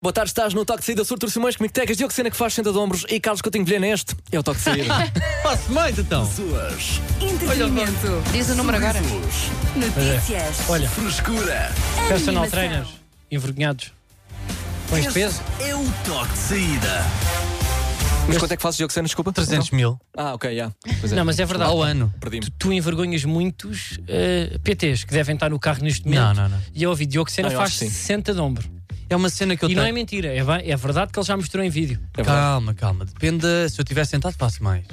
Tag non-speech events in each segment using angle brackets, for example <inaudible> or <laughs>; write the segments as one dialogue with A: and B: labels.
A: Boa tarde, estás no Toque de Saída, Surtur Simões, Comigo Tecas, Diogo Sena que faz senta de ombros e Carlos Coutinho Vilhena, este é o Toque de
B: <laughs>
A: Saída.
B: Passo mais então.
C: Pessoas,
D: Entretenimento. Diz o número agora.
C: risos,
D: Notícias.
B: Olha,
C: frescura.
B: personal
D: Animação.
B: trainers, envergonhados. Com este
C: Este
B: peso?
C: é o toque de saída.
A: Mas quanto é que fazes, Diogo Sena, desculpa?
B: 300 mil.
A: Não? Ah, ok, já. Pois é,
B: Não, mas é verdade. Ao ano.
A: perdi-me.
B: Tu, tu envergonhas muitos eh, PTs que devem estar no carro neste momento.
E: não, não.
B: E eu ouvi Diogo Sena
A: Não, eu
B: faz
A: acho que sim.
B: 60 de ombro.
E: É uma cena que eu
B: e
E: tenho.
B: não é mentira, é, vai- é verdade que ele já mostrou em vídeo.
A: É verdade.
E: calma, calma. Depende. Se eu estiver sentado, faço mais.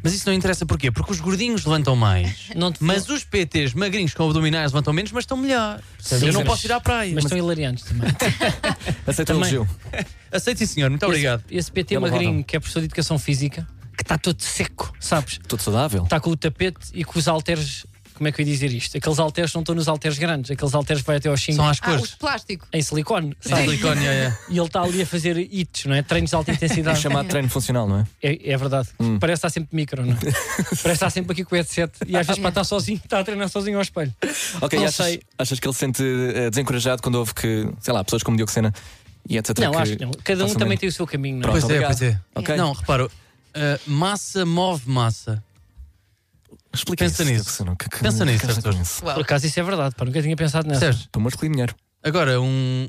E: Mas isso não interessa porquê? Porque os gordinhos levantam
B: <laughs>
E: mais.
B: Não te-
E: Mas os PTs magrinhos com abdominais levantam menos, mas estão melhor.
B: Sim,
E: eu não
B: mas-
E: posso ir à praia.
B: Mas, estão hilariantes também.
A: Aceita o
B: Também.
A: elogio.
E: Aceito sim, senhor. Muito obrigado.
B: Esse, esse PT
A: Ele roda-me.
B: magrinho, que é professor de educação física, que está todo seco, sabes?
A: Tudo saudável?
B: Está com o tapete e com os halteres. Como é que eu ia dizer isto? Aqueles halteres não estão nos halteres grandes, aqueles halteres que vai até aos 5
E: São às
D: Ah, os
E: cores.
D: de plástico.
B: em silicone.
E: Sim. Silicone, é, é.
B: E ele está ali a fazer hits, não é? Treinos de alta
A: É <laughs>
B: intensidade.
A: chamado treino funcional, não é?
B: É, é verdade.
E: Hum.
B: Parece estar sempre de micro, não
E: <laughs>
B: é? Parece estar sempre aqui com o headset. E às vezes para estar sozinho, está a treinar sozinho ao espelho.
A: Ok,
B: Não
A: e achas,
B: sei.
A: achas que ele se sente eh, desencorajado quando ouve que, sei lá, pessoas como Diogo Sena e etc.
B: não, acho que não. Cada um
A: façam
B: também
A: menos?
B: tem o seu caminho, não é?
A: Pronto,
E: Pois é,
A: obrigado.
E: pois é.
A: Ok.
E: Não, reparo. eh, massa move massa.
A: Explica
E: Pensa
A: isso,
E: nisso.
A: Diogo Sena, que- que-
E: Pensa nisso,
A: que- que-
E: Arthur.
A: nisso.
B: Por acaso isso é verdade, pá, nunca tinha pensado nessa.
E: Percebes?
A: Para músculo e dinheiro.
E: Agora, um.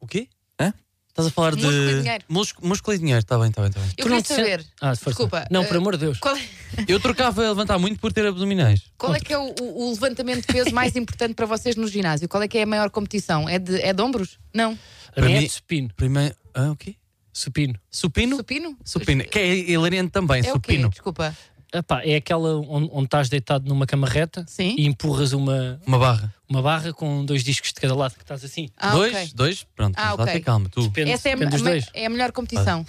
E: O quê?
A: Hã?
E: Estás a falar de.
D: Músculo e dinheiro.
E: Mús- Músculo e dinheiro. Está bem, está bem, está bem.
D: Eu
B: Tu não
D: queria
B: te
D: saber.
B: sentes- Ah, se for-
D: Desculpa.
B: Não,
D: eh,
B: por amor de Deus.
D: Qual é,
E: Eu trocava a levantar muito por ter abdominais.
D: qual é que é o, o- o levantamento de peso mais importante para vocês no ginásio? Qual é que é a maior competição? É de, é de ombros? Não.
B: A minha é
E: mim-
B: de supino.
E: Primeiro. Ah, o quê?
B: Supino.
E: Supino?
D: Supino?
E: Supino. Que é hilariante também,
D: É o quê?
E: supino.
D: Desculpa.
B: Ah, pá, é aquela onde, onde estás deitado numa cama reta
D: Sim.
B: e empurras uma,
E: Uma barra.
B: uma barra com dois discos de cada lado que estás assim.
D: Ah,
E: dois,
D: ok.
E: dois, pronto.
D: Ah,
E: vamos lá
D: ok.
E: ter calma, tu.
B: Depende,
D: Essa é a,
B: depende dos
D: me-
B: dois.
D: é a melhor competição.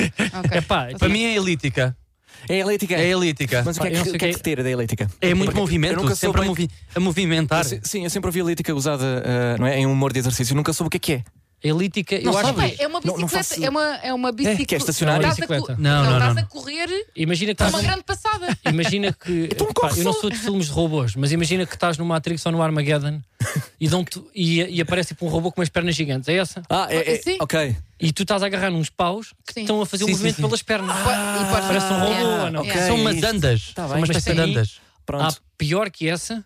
D: Ok.
B: É pá,
E: Para mim é elítica.
A: É elítica.
E: É elítica.
A: Mas o que é
B: Pá, eu não
A: que,
B: sei
A: o que, é
B: o
A: que
B: que-
A: tira da elítica?
E: É muito
A: Porque
E: movimento,
A: eu nunca soube
E: sempre a,
A: bem-
E: movi- a movimentar.
A: Eu se- Sim, eu sempre ouvi a elítica usada eh, não é, em humor de exercício. Nunca soube o que é que é.
B: Elítica, eu
D: Mas,
B: acho
D: pai, é
A: Não-
D: uma
A: não
D: bicicleta.
A: faço-
D: É uma, é uma bicicleta.
A: que é estacionária?
D: Estás a co-
B: Bicicleta.
E: Não, não,
D: estás
E: não.
D: a correr
B: Imagina que
D: é
B: estás
D: uma
B: num-
D: grande passada.
E: <laughs>
B: Imagina que.
A: Então
B: pá,
A: corre
B: eu não
A: só.
B: sou de filmes de robôs, mas imagina que estás no Matrix ou no Armageddon e, dão-te- e, e aparece tipo, um robô com umas pernas gigantes. É essa?
A: Ah, é. é
D: Sim.
A: ok.
B: E tu estás a agarrar uns paus que
D: Sim.
B: estão a fazer um
E: Sim, sim,
B: movimento
E: sim. Ah,
B: pelas pernas.
D: e podes-
B: parece um robô
D: Yeah.
B: ou não?
D: Yeah.
E: São
A: É
E: umas
A: isso.
E: andas.
A: Tá
E: São
A: bem,
E: umas
B: mas
E: espécie de
B: para mim-
E: andas.
B: Há
A: Pronto.
B: Ah, pior que essa,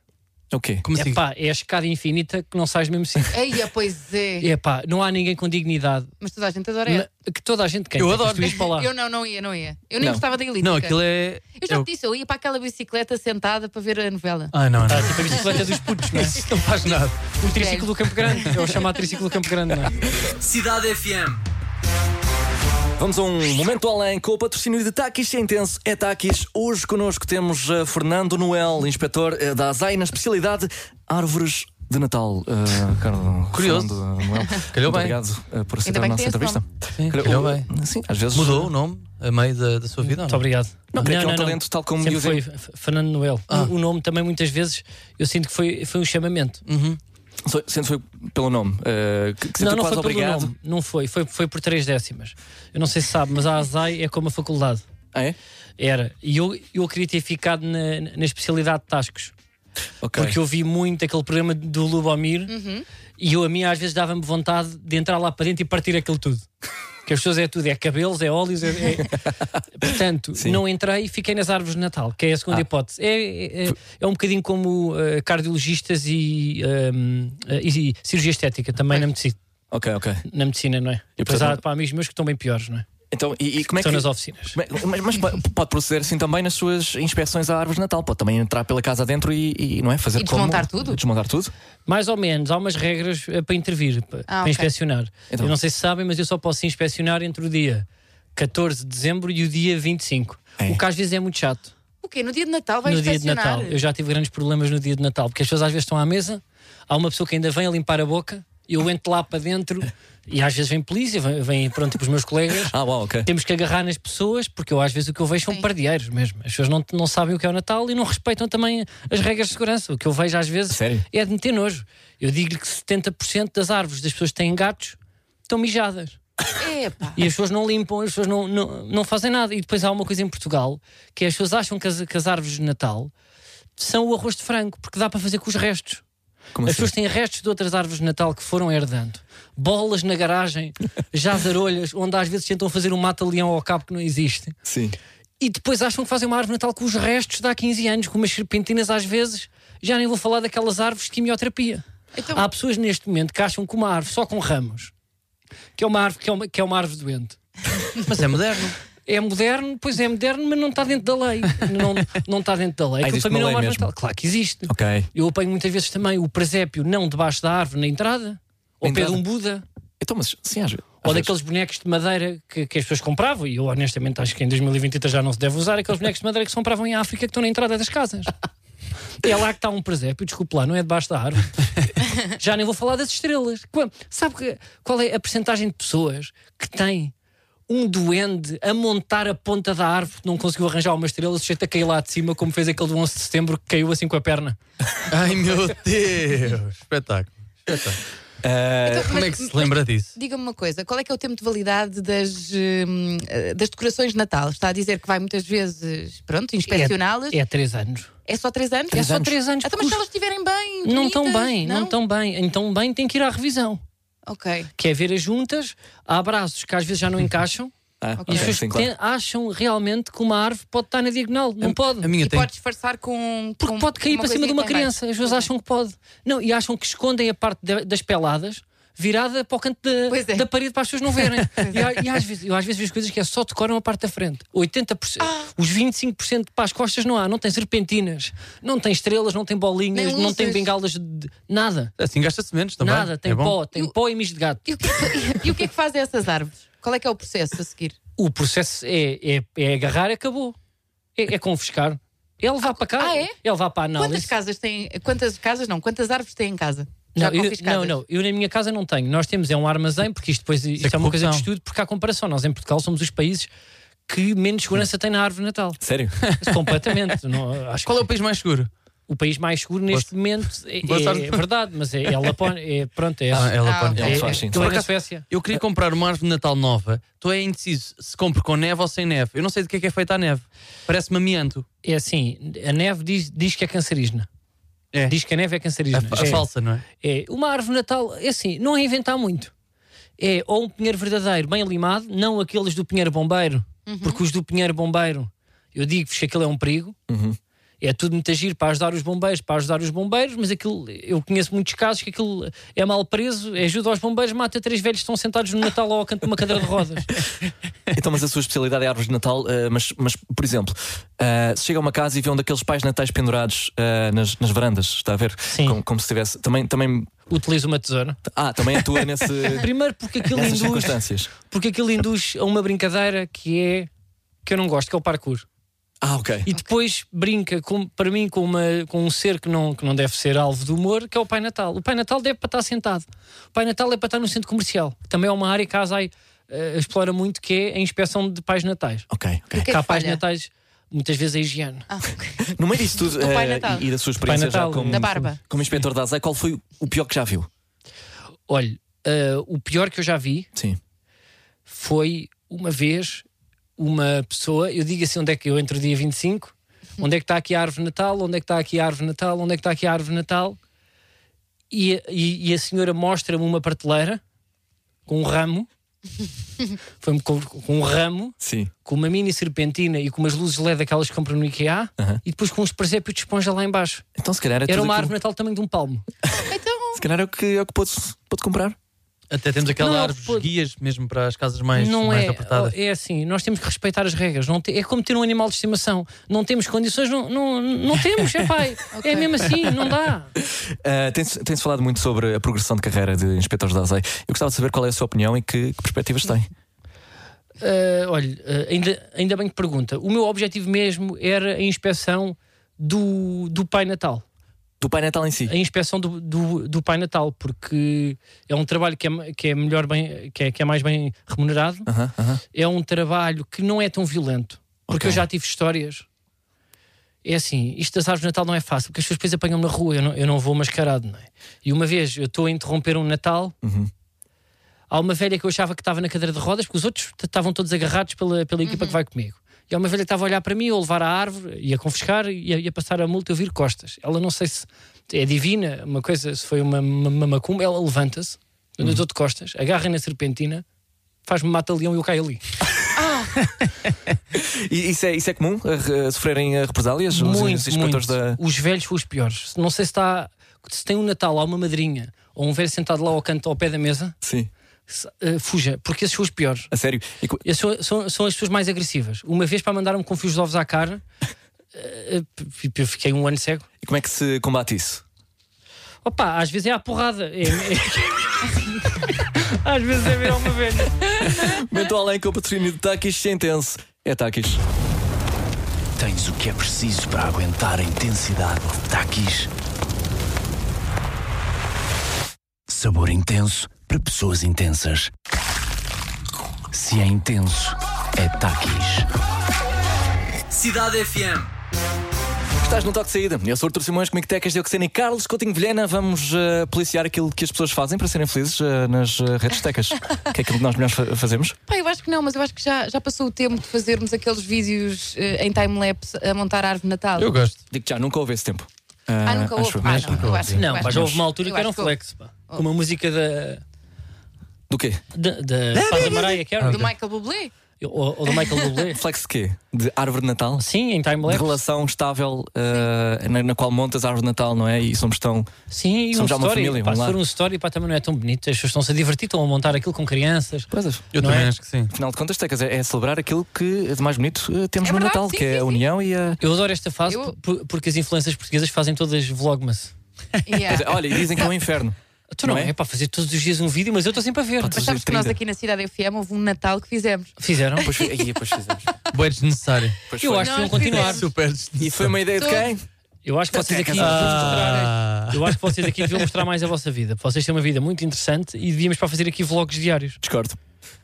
A: O quê?
E: Como
B: é
E: assim?
B: pá, é a escada infinita que não sais do mesmo
E: <laughs>
B: sítio.
D: Eia, pois é.
B: É pá, não há ninguém com dignidade.
D: Mas toda a gente adora
B: Na-
D: essa.
B: que toda a gente quer.
E: Eu
B: Tecas,
E: adoro.
B: Tu ias para lá.
D: Eu não, não ia, não ia. Eu nem
A: Não.
D: gostava da elítica.
E: Não, aquilo é.
D: Eu já
E: é o-
D: te disse, eu ia para aquela bicicleta sentada para ver a novela.
E: Ah, não, não.
B: Ah, tipo a bicicleta dos putos, não é?
E: Isso não faz nada.
B: O triciclo do Campo Grande. É o chamado triciclo do Campo Grande, não é?
E: Cidade FM.
A: Vamos a um momento além com o patrocínio de Takis é Intenso. É Takis. Hoje connosco temos eh, Fernando Noel, inspetor eh, da ASAI, na especialidade Árvores de Natal. Eh, Carlos,
E: Curioso.
A: Fernando, eh, Noel,
E: Calhou
A: muito
E: bem.
A: obrigado eh, por aceitar a
D: bem que
A: nossa
D: tem esse
A: entrevista.
E: Sim,
A: Calhou-
E: calhou bem.
A: Sim, às vezes.
E: Mudou o nome a meio da, da sua vida? ou
B: Muito
E: não?
B: obrigado.
A: Ah, Não, porque é um talento tal como
B: Sempre
A: Yuri-
B: foi F- Fernando Noel.
E: Ah.
B: O o nome também, muitas vezes, eu sinto que foi, foi um chamamento.
A: Hum, Só- Sendo foi pelo nome. eh, que, que se
B: não,
A: sentiu
B: não
A: quase
B: foi
A: obrigado.
B: pelo nome. Não foi. foi. Foi por três décimas. Eu não sei se sabe, mas a ASAI é como a faculdade.
A: Ah, é?
B: Era. E eu, eu queria ter ficado na, na especialidade de Tascos.
A: Ok.
B: Porque eu vi muito aquele programa do Lubomir e eu, a mim às vezes dava-me vontade de entrar lá para dentro e partir aquilo tudo. Que as pessoas é tudo, é cabelos, é óleos, é.
A: <laughs>
B: é- Portanto, não entrei e fiquei nas árvores de Natal, que é a segunda
A: Ah.
B: hipótese. É, é, é- é um bocadinho como eh, cardiologistas e, ehm, eh, e cirurgia estética também na medicina,
A: Ok, ok.
B: na medicina, não é?
A: E,
B: Apesar
A: portanto,
B: de para amigos meus que estão bem piores, não é?
A: Então, e, e como é que.
B: estão nas oficinas.
A: Bem, Mas, mas po- pode proceder assim também nas suas inspeções a árvores de Natal. Pode também entrar pela casa dentro e, e, não é? Fazer
D: E desmontar
A: como-
D: tudo?
A: Desmontar tudo?
B: Mais ou menos, há umas regras eh, para intervir, pa- para,
D: Ah, ok.
B: inspecionar.
A: Então.
B: Eu não sei se sabem, mas eu só posso inspecionar entre o dia 14 de dezembro e o dia 25.
A: É.
B: O que às vezes é muito chato.
D: O quê? No dia de Natal vai
B: no dia de
D: inspecionar?
B: Natal. Eu já tive grandes problemas no dia de Natal, porque as pessoas às vezes estão à mesa, há uma pessoa que ainda vem a limpar a boca, eu entro lá para dentro e às vezes vem polícia, vem, vem pronto para os meus colegas.
A: Ah, uau, ok.
B: Temos que agarrar nas pessoas, porque eu às vezes o que eu vejo são pardieiros mesmo. As pessoas não, não sabem o que é o Natal e não respeitam também as regras de segurança. O que eu vejo às vezes
A: Sério?
B: é de meter nojo. Eu digo-lhe que 70% das árvores das pessoas que têm gatos estão mijadas.
D: Epá.
B: E as pessoas não limpam, as pessoas não, não, não fazem nada. E depois há uma coisa em Portugal que é as pessoas acham que as, que as árvores de Natal são o arroz de frango, porque dá para fazer com os restos.
A: Como
B: As
A: assim?
B: pessoas têm restos de outras árvores de Natal que foram herdando. Bolas
A: <laughs>
B: na garagem, jazarolhas, onde às vezes tentam fazer um mata-leão ao cabo que não existe.
A: Sim.
B: E depois acham que fazem uma árvore de Natal com os restos de há 15 anos, com umas serpentinas às vezes. Já nem vou falar daquelas árvores de quimioterapia.
D: Então-
B: Há pessoas neste momento que acham que uma árvore só com ramos, que é uma árvore, que é uma, que é uma árvore doente.
E: Mas é moderno.
B: É moderno, pois é moderno, mas não está
A: <laughs>
B: dentro da lei. Não, não está dentro da lei.
A: Ah,
B: Aquilo
A: existe
B: para mim
A: uma
B: não é
A: lei
B: uma árvore de
A: mesmo.
B: Natal. Claro que existe.
A: Ok.
B: Eu apanho muitas vezes também o presépio não debaixo da árvore, na entrada, ou
A: Na
B: pé de
A: entrada?
B: um Buda,
A: Então, mas sim, às, às
B: ou
A: vezes.
B: daqueles bonecos de madeira que, que as pessoas compravam, e eu honestamente acho que em 2023 já não se deve usar, aqueles bonecos de madeira que se compravam em África que estão na entrada das casas. É lá que está um presépio, desculpe lá, não é debaixo
A: <laughs>
B: da árvore. Já nem vou falar das estrelas. Qua- Sabe que- qual é a percentagem de pessoas que tem um duende a montar a ponta da árvore que não conseguiu arranjar uma estrela, sujeito a cair lá de cima, como fez aquele do 11 de setembro que caiu assim com a perna?
E: Ai meu Deus! Espetáculo.
D: Então,
E: Como
D: mas-
E: é que se lembra disso?
D: Diga-me uma coisa, qual é que é o tempo de validade das, hum, eh, das decorações de Natal? Está a dizer que vai muitas vezes, pronto, inspecioná-las.
B: É
D: É,
B: há 3 anos.
D: só três anos?
B: É só três anos.
D: Então, mas se elas estiverem bem,
B: Não
D: bonitas,
B: tão bem, não tão bem. Então bem tem que ir à revisão.
D: Ok.
B: Que é ver as juntas, há abraços que às vezes já <laughs> não encaixam.
A: Ah,
D: Ok.
A: ok,
B: E as pessoas
A: sim, claro.
B: ten- acham realmente que uma árvore pode estar na diagonal. Não pode.
E: A minha
D: e
E: tem.
D: pode disfarçar com.
B: Porque
D: com-
B: pode cair
D: com
B: para cima de uma
D: coisinha é em baixo.
B: criança. As pessoas
D: Ok.
B: acham que pode. Não, e acham que escondem a parte da- das peladas virada para o canto da,
D: Pois é.
B: da parede para as pessoas não verem.
D: <laughs>
B: e, há- e às vezes, eu às vezes vejo coisas que é só decoram a parte da frente. 80%,
D: Ah.
B: os 25% para as costas não há. Não tem serpentinas, não tem estrelas, não tem bolinhas,
D: Nem
B: não tem
D: luzes.
B: bengalas de nada.
E: Assim gasta-se menos também.
B: Nada, tem
E: é bom.
B: pó, tem pó e mijo de gato.
D: E o, que é que, <laughs> e o que é que fazem essas árvores? Qual é que é o processo a seguir?
B: O processo é, é, é agarrar e acabou. É, é confiscar. É levar para cá,
D: ah, é?
B: levar para a análise.
D: Quantas casas têm. Quantas casas não? Quantas árvores têm em casa? Já
B: não, eu,
D: confiscadas?
B: não, não, eu na minha casa não tenho. Nós temos é um armazém, porque isto depois isto
E: é
B: é, uma coisa de
E: corrupção.
B: estudo, porque há comparação. Nós em Portugal somos os países que menos segurança tem na árvore de natal. <laughs>
D: <laughs>
A: Sério?
B: Completamente. Não, acho
E: Qual é
B: que
E: o país mais seguro?
B: o país mais seguro neste momento é,
E: <laughs> boa sorte.
B: é verdade, mas é, é Lapónia. É, pronto, é,
E: Ah,
B: é,
E: ela
D: Ah,
E: pode-
D: ok.
A: Ela
B: é,
A: faz, sim.
E: Por
B: aquilo é na
E: acaso-
B: Suécia.
E: Eu queria comprar uma árvore de Natal nova. Estou é indeciso se compro com neve ou sem neve. Eu não sei de que é que é feita a neve. Parece-me amianto.
B: É assim, a neve diz, diz que é cancerígena.
E: É.
B: Diz que a neve é
E: A,
B: cancerígena.
E: a
B: É.
E: falsa, não é?
B: É, uma árvore de Natal, é assim, não é inventar muito. É ou um pinheiro verdadeiro bem limado, não aqueles do pinheiro bombeiro, porque os do pinheiro bombeiro, eu digo-vos que aquilo é um perigo. É tudo muito agir para ajudar os bombeiros, para ajudar os bombeiros, mas aquilo, eu conheço muitos casos que aquilo é mal preso, ajuda aos bombeiros, mata três velhos que estão sentados no Natal ou ao canto de uma cadeira de rodas.
A: Então, mas a sua especialidade é árvores de Natal, eh, mas, mas, por exemplo, eh, se chega a uma casa e vê um daqueles pais natais pendurados eh, nas, nas varandas, está a ver?
B: Sim.
A: Como, como se tivesse. Também, também.
B: Utiliza uma tesoura.
A: Ah, também atua
B: <laughs>
A: nesse,
B: Primeiro porque aquilo
A: nessas
B: induz,
A: circunstâncias.
B: porque aquilo induz a uma brincadeira que é que eu não gosto, que é o parkour.
A: Ah, ok.
B: E depois brinca, com- para mim, com, uma- com um ser que não, que não deve ser alvo do humor, que é o Pai Natal. O Pai Natal deve para estar sentado. O Pai Natal é para estar no centro comercial. que Também é uma área que a ASAI eh, explora muito, que é a inspeção de pais natais.
A: Ok, ok.
D: O que é
B: Porque há
D: que
B: pais
D: falha?
B: natais, muitas vezes, a higiene.
D: Ah, ok.
A: No meio disso tudo
D: Do Pai
A: eh,
D: Natal.
A: e, e da sua experiência
B: Natal,
A: já como,
D: da barba.
A: como inspetor da ASAI, qual foi o pior que já viu?
B: Olha, eh, o pior que eu já vi
A: Sim.
B: foi uma vez uma pessoa, eu digo assim onde é que eu entro dia 25,
A: Uhum.
B: onde é que está aqui a árvore de natal, onde é que está aqui a árvore de natal, onde é que está aqui a árvore de natal, e, e- e a senhora mostra-me uma prateleira com
A: <laughs>
B: um ramo, foi com, com um ramo,
A: Sim.
B: com uma mini serpentina e com umas luzes LED daquelas que compram no IKEA, e depois com uns presépios de esponja lá em baixo.
A: Então, se calhar é
B: Era
A: tudo
B: uma
A: aquilo-
B: árvore de natal também de um palmo.
D: Então,
A: Se calhar é o que, é o que pôde, pôde comprar.
E: Até temos aquela
B: Não,
E: árvore
B: pode-
E: guias mesmo para as casas mais,
B: não
E: mais
B: é,
E: apertadas.
B: é assim, nós temos que respeitar as regras. Não te- é como ter um animal de estimação. Não temos condições, não, não, não temos,
E: <laughs>
B: é pai. É mesmo assim, não dá.
A: Ah, tem-se, tem-se falado muito sobre a progressão de carreira de inspectores da ASAI. Eu gostava de saber qual é a sua opinião e que, que perspectivas tem.
B: Ah, olha, ah, ainda, ainda bem que pergunta. O meu objetivo mesmo era a inspeção do, do Pai Natal.
A: Do Pai Natal em si.
B: A inspeção do, do, do Pai Natal, porque é um trabalho que é, ma- que é melhor bem, que é, que é mais bem remunerado.
A: Aham, aham.
B: é um trabalho que não é tão violento, porque
A: Ok.
B: eu já tive histórias. É assim, isto das árvores de Natal não é fácil, porque as pessoas depois apanham na rua, eu não, eu não vou mascarado, não é? E uma vez eu estou a interromper um Natal, há uma velha que eu achava que estava na cadeira de rodas, porque os outros t- estavam todos agarrados pela, pela equipa que vai comigo. E há uma velha que estava a olhar para mim, eu a levar a árvore, ia confiscar, ia, ia passar a multa, eu vir costas. Ela não sei se é divina, uma coisa, se foi uma, uma, uma macumba, ela levanta-se, eu dou de costas, agarra na serpentina, faz-me mata-leão e eu caio ali.
A: E isso é, isso é comum? eh, re- sofrerem eh, represálias? Os- os
B: Muito,
A: inspetores da.
B: muito. Os velhos são os piores. Não sei se, está, se tem um Natal lá, uma madrinha, ou um velho sentado lá ao canto, ao pé da mesa,
A: Sim,
B: se- eh, fuja, porque esses são os piores.
A: a sério. E co-
B: Esses são, são- são as pessoas mais agressivas. Uma vez para mandaram-me com fios de ovos à cara, eh, eh, eu fiquei um ano cego.
A: e como é que se combate isso?
B: Opa, às vezes é à
D: <laughs>
B: porrada. É- é- às vezes é virar uma velha.
A: Momento além com o patrocínio de Takis Sentense. É Takis.
C: Tens o que é preciso para aguentar a intensidade de Takis. Sabor intenso para pessoas intensas. Se é intenso, é Takis.
E: Cidade FM.
A: Estás no toque de saída. Eu sou o Artur Simões, comigo Tecas, Dioxena e Carlos Coutinho Vilhena. Vamos eh, policiar aquilo que as pessoas fazem para serem felizes eh, nas eh, redes
D: <laughs>
A: tecas. que é aquilo que nós melhores fa- fazemos.
D: Pá, eu acho que não, mas eu acho que já, já passou o tempo de fazermos aqueles vídeos eh, em time-lapse a montar a árvore de Natal.
E: Eu gosto.
A: Digo que já, nunca houve esse tempo.
D: Ah,
A: Eh,
D: nunca
A: acho eu.
D: houve. Ah,
A: Mas-
D: não, eu acho, eu
B: Não,
D: acho
B: mas
D: que
B: houve uma altura
D: eu
B: que era um
D: acho houve.
B: flex, pá. Com uma música da.
A: Do quê?
B: da. da, pá, da Mariah Carey.
D: Do Michael Bublé?
B: <laughs> Ou, ou do Michael
D: <laughs>
B: Bublé.
A: Flex de quê? De árvore de Natal?
B: Sim, em
A: De
B: time-lapse.
A: relação estável eh, na, na qual montas a árvore de Natal, não é? E somos tão.
B: Sim, e um
A: Somos já uma
B: story.
A: família,
B: pá,
A: vamos
B: se
A: lá.
B: for um story, pá, também não é tão bonito. As pessoas estão-se a divertir, estão a montar aquilo com crianças.
A: Pois é.
E: Eu
B: Não
E: também
B: é?
E: acho que sim.
A: Afinal de contas, Tecas, é, é celebrar aquilo que de mais bonito eh, temos
D: É
A: no
D: verdade,
A: Natal,
D: sim,
A: que é
D: sim,
A: a
D: sim.
A: união e a.
B: Eu adoro esta fase
D: Eu-
B: por- porque as influências portuguesas fazem todas vlogmas.
D: Yeah.
A: Pois é, Olha, e dizem
D: <laughs>
A: que é um inferno.
B: Tu não,
A: Não
B: é?
A: é?
B: para fazer todos os dias um vídeo, mas eu estou sempre a ver.
D: Mas
A: todos
D: sabes
A: os
D: que nós
A: 30.
D: aqui na Cidade FM houve um Natal que fizemos.
A: <laughs>
B: Fizeram?
A: Pois, foi- aí, pois fizemos.
E: Boé é desnecessário. É
A: Pois
B: Eu
A: foi.
B: acho que
D: Nós
B: vão continuar.
D: fizemos.
E: Super
A: E foi uma ideia de quem?
B: Eu acho que vocês aqui.
E: Ah.
B: Eu acho que vocês aqui deviam mostrar mais a vossa vida. Vocês têm uma vida muito interessante e devíamos para fazer aqui vlogs diários.
A: Discordo.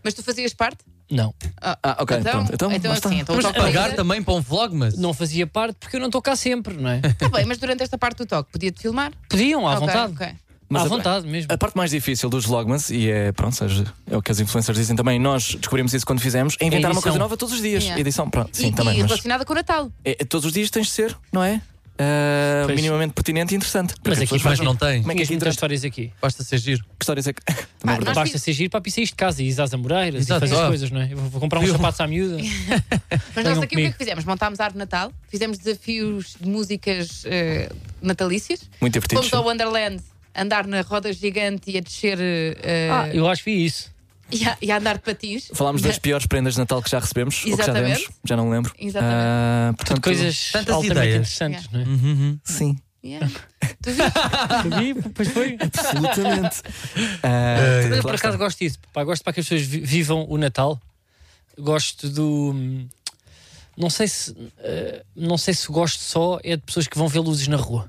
D: Mas tu fazias parte?
B: Não,
A: Ah, ok.
D: Então,
A: pronto. Então, lá está.
D: assim, então o
E: Mas
D: toque
E: pagar
D: saída-
E: também para um vlog, mas.
B: não fazia parte porque eu não estou cá sempre,
A: <laughs>
B: não é?
D: Tá bem, mas durante esta parte do toque podia-te filmar?
B: Podiam, à
D: Ok,
B: vontade.
D: ok.
A: Mas
B: à
A: a-
B: vontade mesmo.
A: A parte mais difícil dos vlogmans, e é, pronto, as- é o que as influencers dizem também, nós descobrimos isso quando fizemos, é inventar uma
B: edição.
A: coisa nova todos os dias.
D: Yeah.
A: Edição, pronto,
D: E-
A: sim,
D: e
A: também. Mas
D: relacionada com o Natal.
A: é- é todos os dias tens de ser, não é? Ah,
B: Pois.
A: minimamente pertinente e interessante. Porque
B: Mas
A: as
B: aqui
A: pessoas
E: Mas
A: fazem-
E: não tem.
A: Como é que é
B: Tinhas
A: que
B: muitas
A: interessa?
B: histórias aqui.
E: Basta ser giro.
A: Que histórias é que. <laughs>
D: Pá,
A: Também é verdade.
D: nós
B: Basta
D: fiz-
B: ser giro para sair de casa e ir às Amoreiras
E: Exato.
B: e fazer
E: Ah.
B: as coisas, não é? Eu vou vou comprar uns
E: Viu?
B: sapatos à miúda.
D: Mas
B: Venham
D: nós aqui o que é
B: um comigo.
D: que fizemos? Montámos a árvore de Natal, fizemos desafios de músicas eh, natalícias,
B: Tipo,
A: Muito divertido.
D: fomos ao Wonderland andar na roda gigante e a descer eh,
B: Ah, eu acho que vi isso.
D: e, a, e a andar de patins.
A: Falámos das piores prendas de Natal que já recebemos ou que já
D: Exatamente.
A: demos, já não lembro.
D: Exatamente.
A: Ah, portanto, Uhum.
B: Coisas
E: Tantas
B: altamente
E: ideias.
B: interessantes, não é?
A: Sim,
D: Yeah. Tu viste?
B: <laughs> Vi, pois foi. <laughs>
A: absolutamente. Ah,
B: Mas
A: lá
B: eu Eh, por
A: está.
B: acaso gosto disso. Pá, gosto para que as pessoas vi- vivam o Natal. Gosto do. hum, Não sei se. eh, não sei se gosto só é de pessoas que vão ver luzes na rua.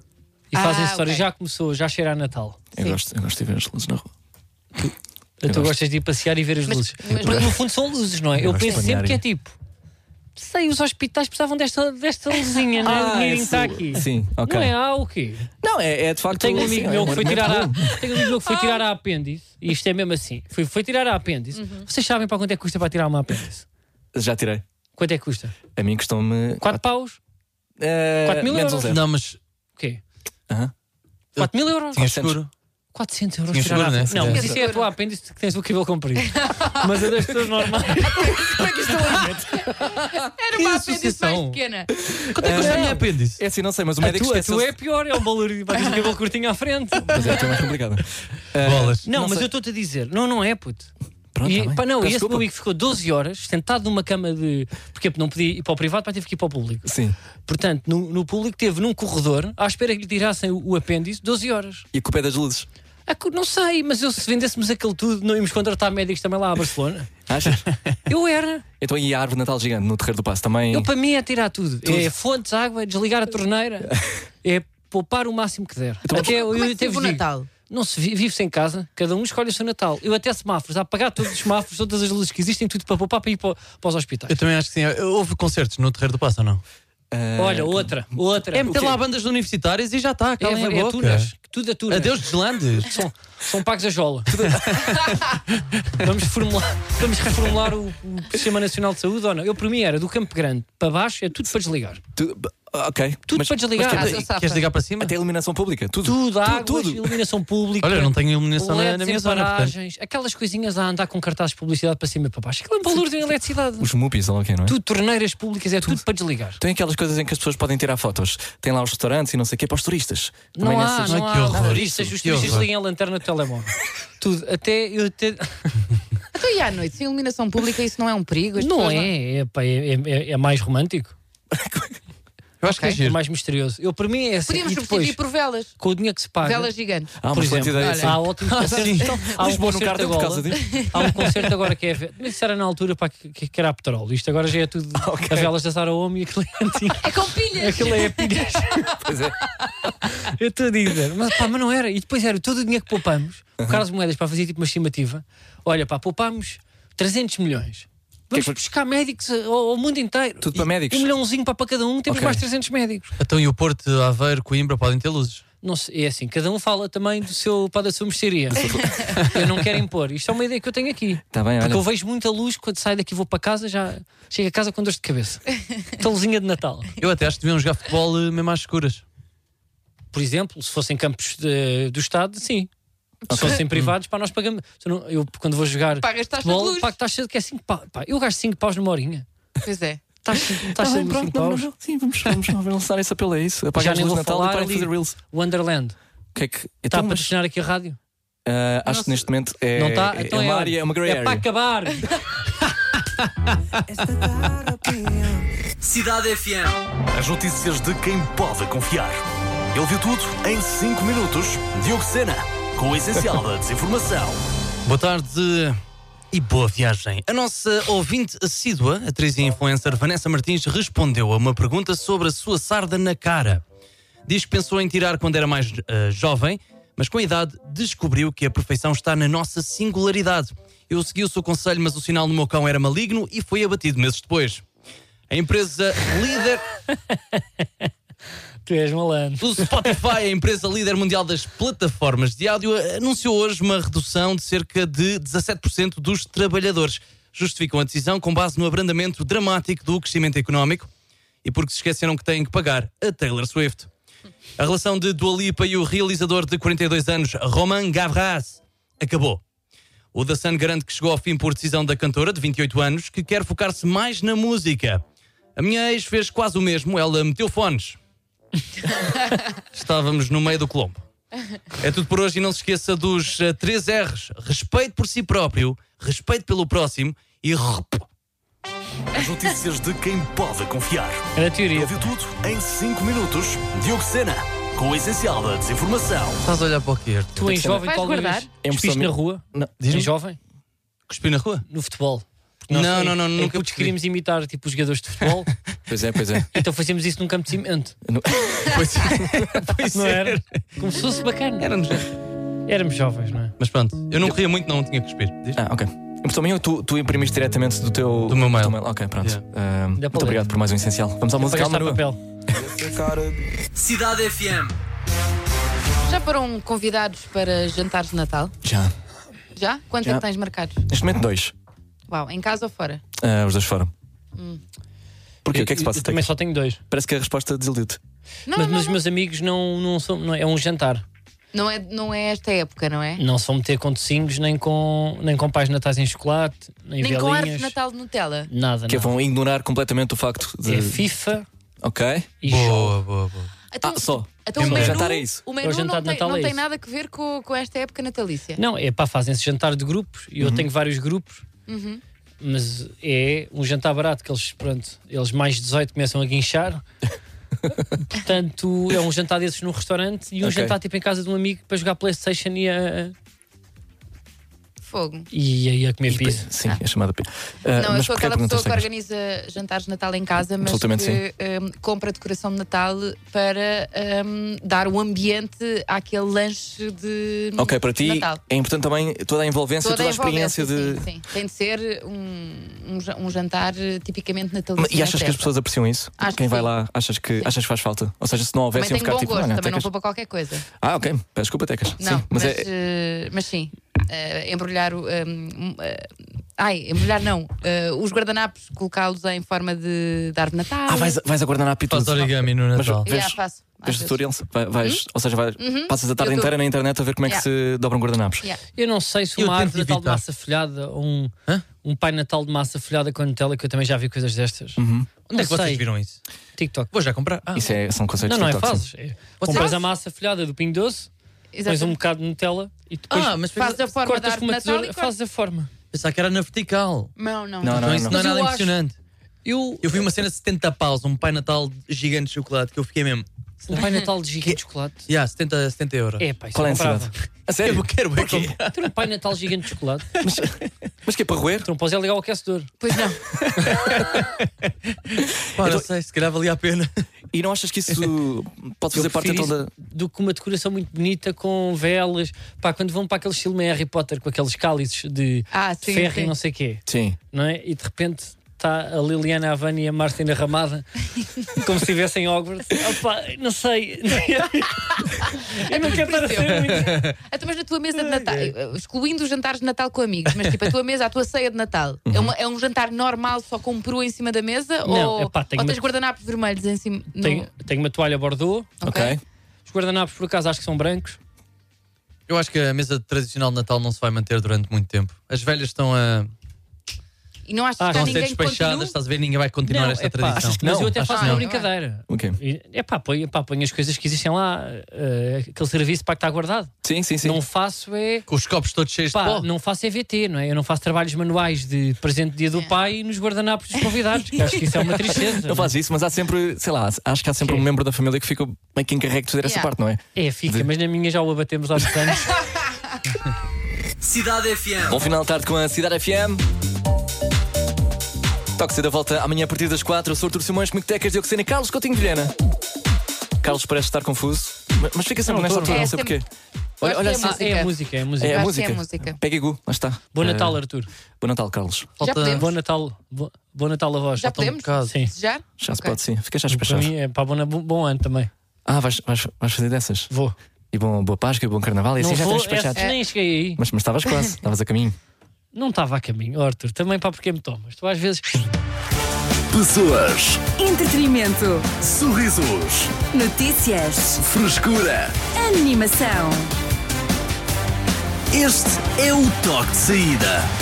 B: E
D: Ah,
B: fazem história.
D: ok.
B: Já começou, já cheira a Natal. Então,
A: eu,
D: Sim.
A: gosto, eu gosto de ver as luzes na rua.
B: Tu
A: Eu gosto.
B: gostas de ir passear e ver as
D: Mas-
B: luzes.
D: mas-
B: Porque no fundo são luzes, não é? Eu,
A: gosto de
B: penso
A: planear
B: sempre que é
A: e-
B: tipo. Sei, os hospitais precisavam desta, desta luzinha, não é? o dinheirinho está aqui.
A: Ah, Sim, ok.
B: Não é? Ah, o quê?
A: Não, é, é de facto.
B: Tenho um
A: sim,
B: amigo
A: é
B: meu que
A: um
B: foi
A: argumento
B: tirar
A: bom.
B: a, tenho um amigo meu que foi tirar a apêndice, e isto é mesmo assim. Foi, foi tirar a apêndice. Vocês sabem para quanto é que custa para tirar uma apêndice?
A: Já tirei.
B: Quanto é que custa?
A: A mim custou-me.
B: 4 paus?
A: eh,
B: quatro mil
A: menos um
B: euros.
A: zero.
E: Não, mas.
B: O quê?
A: Aham.
B: 4 mil euros?
E: Tinha
A: Oitocentos.
E: seguro.
B: 400 euros.
E: Tinha
B: tirar
E: seguro,
B: a-
E: né?
B: Não,
E: Tinha
B: mas isso é a tua apêndice que tens o cabelo comprido. mas a das pessoas normais.
D: Era
B: Que
D: uma apêndice mais
B: associação.
D: pequena.
E: Quanto é que custa a minha
B: Não.
E: apêndice?
A: É assim, não sei, mas o
B: A
A: médico
B: tua, a
A: esqueceu.
B: tua é pior, é um balúrdio. Vai ter o cabelo curtinho à frente.
A: Mas é, a tua é mais complicada.
E: Bolas.
A: Não
B: Não, mas
A: sei.
B: eu estou-te a dizer. Não, não é, puto.
A: Pronto,
B: E,
A: tá bem.
B: pá, não,
A: Peço
B: e esse
A: desculpa.
B: meu amigo ficou 12 horas sentado numa cama de. Porque não podia ir para o privado, para teve que ir para o público.
A: Sim.
B: Portanto, no, no público teve num corredor à espera que lhe tirassem o, o apêndice 12 horas.
A: E a culpa é das luzes.
B: Ah, cu- Não sei, mas eu, se vendêssemos aquilo tudo, não íamos contratar médicos também lá a Barcelona. <laughs>
A: Achas?
B: Eu era.
A: então e a árvore de Natal gigante no Terreiro do Passo também.
B: Eu, para mim, é tirar tudo. É fontes, água, desligar a torneira. é poupar o máximo que der. Até,
D: Como
B: eu
D: é que
B: até
D: se vive
B: vos
D: o
B: digo,
D: Natal?
B: Não se vi- vive-se em casa, cada um escolhe o seu Natal. Eu até semáforos, a apagar todos os semáforos, todas as luzes que existem, tudo para poupar para ir para, para os hospitais.
E: Eu também acho que sim. Houve concertos no Terreiro do Passo ou não?
A: É, Eh,
B: Olha, outra, outra.
E: É meter lá bandas universitárias e já está,
B: é,
E: calem a
B: é
E: boca. É.
B: tunas, tudo a tunas.
E: Adeus deslandes.
B: São, são pagos
E: <laughs>
B: a jola. vamos, formular, vamos reformular o, o Sistema Nacional de Saúde ou não? Eu, para mim, era do Campo Grande para baixo, é tudo para desligar.
A: Tu- b- ok.
B: Tudo para desligar.
A: mas
D: Ah,
A: tem-
D: sou safra.
E: Queres ligar para cima?
A: até a iluminação pública, tudo.
B: Tudo, águas,
A: tudo.
B: iluminação pública.
E: Olha, eu não tenho iluminação na,
B: LEDs
E: na
B: em
E: minha zona. portanto.
B: paragens, aquelas coisinhas a andar com cartazes de publicidade para cima e para baixo. Aquilo é um valor de eletricidade.
A: Os mupis, sei lá o quê, não é?
B: Tudo, torneiras públicas, é tudo para desligar.
A: Tem aquelas coisas em que as pessoas podem tirar fotos. Tem lá os restaurantes e não sei o quê para os turistas. Também
B: não
A: nessas-
B: há, não
E: Ai,
B: há.
E: que horror
B: nada
E: isso,
B: disso. Os
E: que
B: turistas
E: horror.
B: liguem a lanterna do telemóvel. Tudo. Até eu até-
D: Então, e à noite, sem iluminação pública, isso não é um perigo? As
B: Não
D: pessoas
B: é, é, pá, é, é- é mais romântico,
E: Eu acho que é
D: Ok.
B: é
E: giro.
B: mais misterioso. Eu, para mim, é assim.
D: Podíamos
B: E depois, Ah,
D: substituir por velas.
B: com o dinheiro que se paga.
D: Velas gigantes.
A: Há uma assim.
B: por
A: excelente
B: exemplo,
A: ideia. sim.
E: <laughs>
B: há ótimos
E: Ah, sim.
B: concertos. Há um
A: Lisboa no
B: concerto
A: cartão por causa
B: agora.
A: disso.
B: Há um concerto agora que é. Mas isso era na altura pá, que, que- que era a petróleo. Isto agora já é tudo.
A: <laughs> Ok.
B: A velas da Sara Homem e aquilo é antigo.
E: <laughs>
D: É com pilhas.
B: Aquilo
D: <laughs>
B: é pilhas.
A: Pois é.
B: Eu estou a dizer. Mas, pá, mas não era. E depois era todo o dinheiro que poupamos. O
A: Uhum.
B: Carlos Moedas para fazer tipo uma estimativa. Olha, pá, poupámos 300 milhões. Vamos
A: Que é que-
B: buscar médicos ao, ao mundo inteiro.
A: Tudo para
B: E-
A: médicos?
B: Um milhãozinho para, para cada um, temos
A: Ok.
B: mais 300 médicos.
E: Então e o Porto, Aveiro, Coimbra podem ter luzes?
B: Não sei, é assim, cada um fala também do seu, para da
A: <laughs>
B: sua mercearia. eu não quero impor. Isto é uma ideia que eu tenho aqui.
A: Está Tá bem,
B: Porque
A: olha.
B: eu vejo muita luz quando saio daqui e vou para casa, já chego a casa com dores
A: <laughs>
B: de cabeça. Talezinha de Natal.
E: Eu até acho que deviam jogar futebol eh, mesmo às escuras.
B: Por exemplo, se fossem campos eh, do Estado, sim. Se fossem
A: Hum.
B: privados, pá, nós pagamos. Se não- Eu, quando vou jogar
D: Pagas taxa de
B: futebol,
D: luz.
B: pago taxa de que é 5 pá, pá, Eu gasto 5 paus numa horinha.
D: Pois é.
B: Taxa,
A: Tá bem,
B: taxa de luz 5
A: pronto, não,
B: paus.
A: não, sim, vamos, vamos lançar esse apelo, é isso. Apagar
B: Já
A: as
B: nem
A: luzes de
B: vou
A: Natal e
B: falar
A: parem de
B: ali.
A: fazer reels.
B: Wonderland.
A: O que é que.
B: Está
A: Então,
B: a
A: mas,
B: patrocinar aqui a rádio?
A: ah, acho que neste momento é,
B: não está?
A: é,
B: então
A: é
B: é,
A: uma
B: olha,
A: área, é uma grey
B: É para
A: area.
B: acabar. <laughs>
C: Cidade FM. As notícias de quem pode confiar. Ele viu tudo em 5 minutos. Diogo Sena, com o essencial da desinformação.
E: Boa tarde e boa viagem. A nossa ouvinte assídua, atriz e influencer Vanessa Martins, respondeu a uma pergunta sobre a sua sarda na cara. Diz que pensou em tirar quando era mais eh, jovem, mas com a idade descobriu que a perfeição está na nossa singularidade. Eu segui o seu conselho, mas o sinal no meu cão era maligno e foi abatido meses depois. A empresa líder
B: tu és malandro.
E: O Spotify, a empresa líder mundial das plataformas de áudio, anunciou hoje uma redução de cerca de 17% dos trabalhadores. Justificam a decisão com base no abrandamento dramático do crescimento económico e porque se esqueceram que têm que pagar a Taylor Swift. A relação de Dua Lipa e o realizador de 42 anos, Romain Gavras, acabou. O The Sun garante que chegou ao fim por decisão da cantora, de 28 anos, que quer focar-se mais na música. A minha ex fez quase o mesmo, ela meteu fones. Estávamos no meio do <laughs> Colombo. É tudo por hoje e não se esqueça dos eh, três R's: respeito por si próprio, respeito pelo próximo e rep-
C: As notícias de quem pode confiar.
B: Era a
C: Ele
B: teoria.
C: viu tudo em 5 minutos. Diogo Sena, com o essencial da desinformação.
E: Estás a olhar para o quê? Arthur?
B: Tu em jovem,
D: Vais
B: talvez,
D: guardar?
A: É um
B: cuspiste na
A: pessoal-
B: rua?
A: Não,
B: Em jovem?
E: Cuspi na rua?
B: No futebol.
E: Não,
B: Nós,
E: não,
B: em-
E: não,
B: em
E: nunca
B: putos
E: percebi.
B: queríamos imitar tipo os jogadores de futebol,
A: Pois é, pois é.
B: então fazíamos isso num campo de cimento.
A: Não-
E: Pois pois
B: Não
E: é.
B: era? Como se fosse bacana.
E: Éramos.
B: Éramos jovens, não é?
E: Mas pronto, eu não corria muito, não tinha que cuspir. Diz?
A: Ah, ok. Impressão minha ou tu, tu imprimiste diretamente do teu.
E: Do meu mail.
A: Ok, pronto.
E: Yeah.
A: Ah,
B: Dá para
A: muito
B: ler.
A: obrigado por mais um essencial. Vamos ao
B: Para
A: musical,
B: gastar
A: Manu.
B: papel.
C: Cidade FM.
D: Já foram convidados para jantares de Natal?
A: Já.
D: Já? Quantos
A: Já.
D: é que tens marcados?
A: Neste momento, dois.
D: Uau, em casa ou fora?
A: Ah, os dois foram. Porquê? o que é que se
B: Eu-
A: passa?
B: Eu também só tenho dois.
A: Parece que a resposta desiludiu-te.
D: Não,
B: mas,
D: não,
B: mas os meus amigos não, não são. Não, é um jantar.
D: não, é, não é esta época, não é?
A: Hum,
B: Não são meter com tocinhos, nem com, nem com pais de natais em chocolate, nem,
D: Nem
B: velinhas.
D: com arte de Natal de Nutella.
B: Nada,
A: Que é
B: nada.
A: vão ignorar completamente o facto de.
B: É FIFA
A: Ok.
B: e jogo.
E: Boa, boa, boa.
D: Então,
A: Ah, só.
D: Então, o
A: Sim,
D: menu,
A: jantar é isso.
D: O
B: É
D: menu
B: o
D: não,
B: jantar de
D: tem,
B: Natal
D: não
B: é
D: tem
B: isso.
D: nada a ver com, com esta época natalícia.
B: Não, é pá, fazem-se jantar de grupos e eu tenho vários grupos. Mas é um jantar barato que eles, pronto, eles mais de 18 começam a guinchar. Portanto, é um jantar desses num restaurante e um
A: Ok.
B: jantar tipo em casa de um amigo para jogar PlayStation e a.
D: Fogo.
B: E aí a comer
A: E depois-
B: pizza.
A: Sim, é chamada pizza.
D: Não, eu sou
A: é
D: aquela pessoa que organiza eh, jantares de Natal em casa, mas
A: Absolutamente
D: que hum, compra decoração de Natal para hum, dar o ambiente àquele lanche de
A: Ok, para ti
D: Natal.
A: é importante também toda a envolvência, toda, a
D: envolvência,
A: experiência de.
D: Sim, sim. Tem de ser um, um ja- um jantar eh, tipicamente natalício.
A: Mas- E achas
D: na
A: que as
D: festa.
A: pessoas apreciam isso?
D: Acho
A: Quem
D: que
A: vai
D: sim.
A: lá, achas que, achas que faz falta? Ou seja, se não houvesse, iam
D: Também
A: ficar
D: tenho bom
A: tipo.
D: gosto,
A: olha,
D: também não
A: tecas.
D: vou para qualquer coisa.
A: Ah, ok, peço desculpa, tecas.
D: Não,
A: sim,
D: mas,
A: mas,
D: eh, mas,
A: é.
D: sim, eh, embrulhar o. eh, um, eh, ai, embrulhar não. eh, os guardanapos, colocá-los em forma de dar de Natal.
A: Ah, vais, vais a guardanapo e tudo.
E: Faz origami no
A: Mas
E: Natal.
D: Já
A: vês-
D: faço. às
A: Vês
D: vezes.
A: tutorials? Vai- vais- Ou seja, vais- passas a tarde
D: Uhum. Eu tô-
A: inteira na internet a ver como é que se dobram guardanapos.
D: Yeah.
B: Eu não sei se
E: Eu
B: uma
E: tento
B: árvore de Natal de
E: evitar.
B: massa folhada ou um,
E: Hã?
B: um pai Natal de massa folhada com Nutella, que eu também já vi coisas destas.
E: Onde é que
B: Não
E: vocês
B: sei.
E: viram isso?
B: TikTok.
E: Vou já comprar. Ah,
A: Isso é, são conceitos
B: Não, não é
A: TikTok, sim.
B: fazes. É, Compras a massa folhada do Pinho Doce, pões
D: Exatamente.
B: um bocado de Nutella e depois
E: ah mas
D: Faz a
E: pensava,
D: forma de
B: cortas
D: dar
B: com
D: de
B: uma
D: Natal
B: tesoura,
D: e cortas.
B: fazes a forma.
E: pensava que era na vertical.
D: Não, não.
A: Não,
E: Então isso não é
B: Mas eu
E: nada
B: acho-
E: impressionante.
B: Eu,
E: Eu vi uma cena de 70 paus, um pai natal gigante de chocolate, que eu fiquei mesmo.
B: um
D: <laughs>
B: pai Natal de gigante de chocolate.
E: Yeah, 70, 70 euros.
B: É, pai,
A: Qual é a
B: comprava.
A: necessidade? A
E: Eu
A: sério?
E: quero é bem comprar.
B: Ter um pai Natal gigante de chocolate.
A: Mas que é para roer?
B: Tu não podes é ligar o aquecedor.
D: Pois não.
E: Pá, não sei, se calhar valia a pena.
A: E não achas que isso pode fazer
B: Eu
A: parte
B: prefiro
A: então da.
B: isso do que uma decoração muito bonita com velas. Pá, quando vão para aquele estilo meio Harry Potter, com aqueles cálices de <laughs>
D: Ah, sim,
B: ferro
D: sim.
B: e não sei o quê,
A: Sim.
B: não é? E de repente está a Liliana, a Vânia e a Martina
D: <laughs>
B: Ramada, como se estivessem em Hogwarts. Opa, não sei. Eu não quero estar a ser muito.
D: <laughs>
B: é.
D: Então, mas na tua mesa de Natal, eh, excluindo os jantares de Natal com amigos, mas tipo a tua mesa, a tua ceia de Natal,
A: Uhum.
D: é, uma- é um jantar normal só com um peru em cima da mesa?
B: Não,
D: ou,
B: epá, tenho
D: ou
B: uma-
D: tens guardanapos vermelhos em cima? no-
B: Tenho, tenho uma toalha Bordeaux.
A: Ok.
D: Ok.
B: Os guardanapos, por acaso, acho que são brancos.
E: Eu acho que a mesa tradicional de Natal não se vai manter durante muito tempo. As velhas estão a,
D: E não achas que
B: Ah,
D: há
E: estão a ser
B: não
D: ninguém que
E: despachadas,
D: continue?
E: estás a ver? Ninguém vai continuar
B: Não,
E: esta
B: epá,
E: tradição.
B: Mas
A: Não,
B: eu até
E: acho
B: faço
E: que
B: uma
E: não.
B: brincadeira.
A: O quê?
B: E- É pá, põe, pá, põe as coisas que existem lá, eh, aquele serviço para que está guardado.
A: Sim, sim, sim.
B: Não faço é.
E: Com os copos todos cheios de
B: Pá,
E: pó.
B: não faço EVT, não é? Eu não faço trabalhos manuais de presente de dia
D: É.
B: do pai e nos guardanapos dos convidados. que acho que isso é uma tristeza.
A: Não faz isso, mas há sempre, sei lá, acho que há sempre um membro da família que fica meio que encarregue de fazer essa
D: Yeah.
A: parte, não é?
B: É, fica, mas na minha já o abatemos há muitos anos.
C: Cidade FM.
A: Bom final de tarde com a Cidade FM. Toque cedo a volta amanhã a partir das 4. Eu sou Artur Simões, comigo Tecas, Dioxena e Carlos Coutinho de Vilhena. Carlos parece estar confuso, mas- mas fica sempre
B: Não,
A: nesta
B: tô,
A: altura,
D: não.
A: não
D: É
A: sei
D: sempre-
A: porquê. Olha, olha
D: Gosto
A: assim,
D: <laughs> é
B: Ah, é a música, é a música.
A: é a
D: Acho que é
A: música.
D: a música.
A: Pega e Gu, lá está.
B: Bom
A: Eh,
B: Natal, Arthur.
A: Bom Natal, Carlos.
D: Já
E: Falta-
D: podemos?
B: Bom Natal, bo- bom Natal a vós.
D: Já
B: Falta um
D: podemos?
B: bocado. Sim.
D: Já?
A: Já se
D: Ok.
A: pode, sim. Fica já
B: Para
A: despachado.
B: mim é para bom, na- bom ano também.
A: Ah, vais, vais, vais fazer dessas?
B: Vou.
A: E bom, boa Páscoa, e bom Carnaval, e assim
B: não
A: já
B: vou, é-
A: estás despachado.
B: essa-
D: É.
B: nem cheguei aí.
A: Mas mas estavas quase, estavas a caminho.
B: Não estava a caminho, Arthur. Também para porque me tomas. Tu às vezes.
C: Pessoas,
F: Entretenimento.
C: sorrisos,
F: Notícias.
C: frescura.
F: Animação.
C: Este é o toque de saída.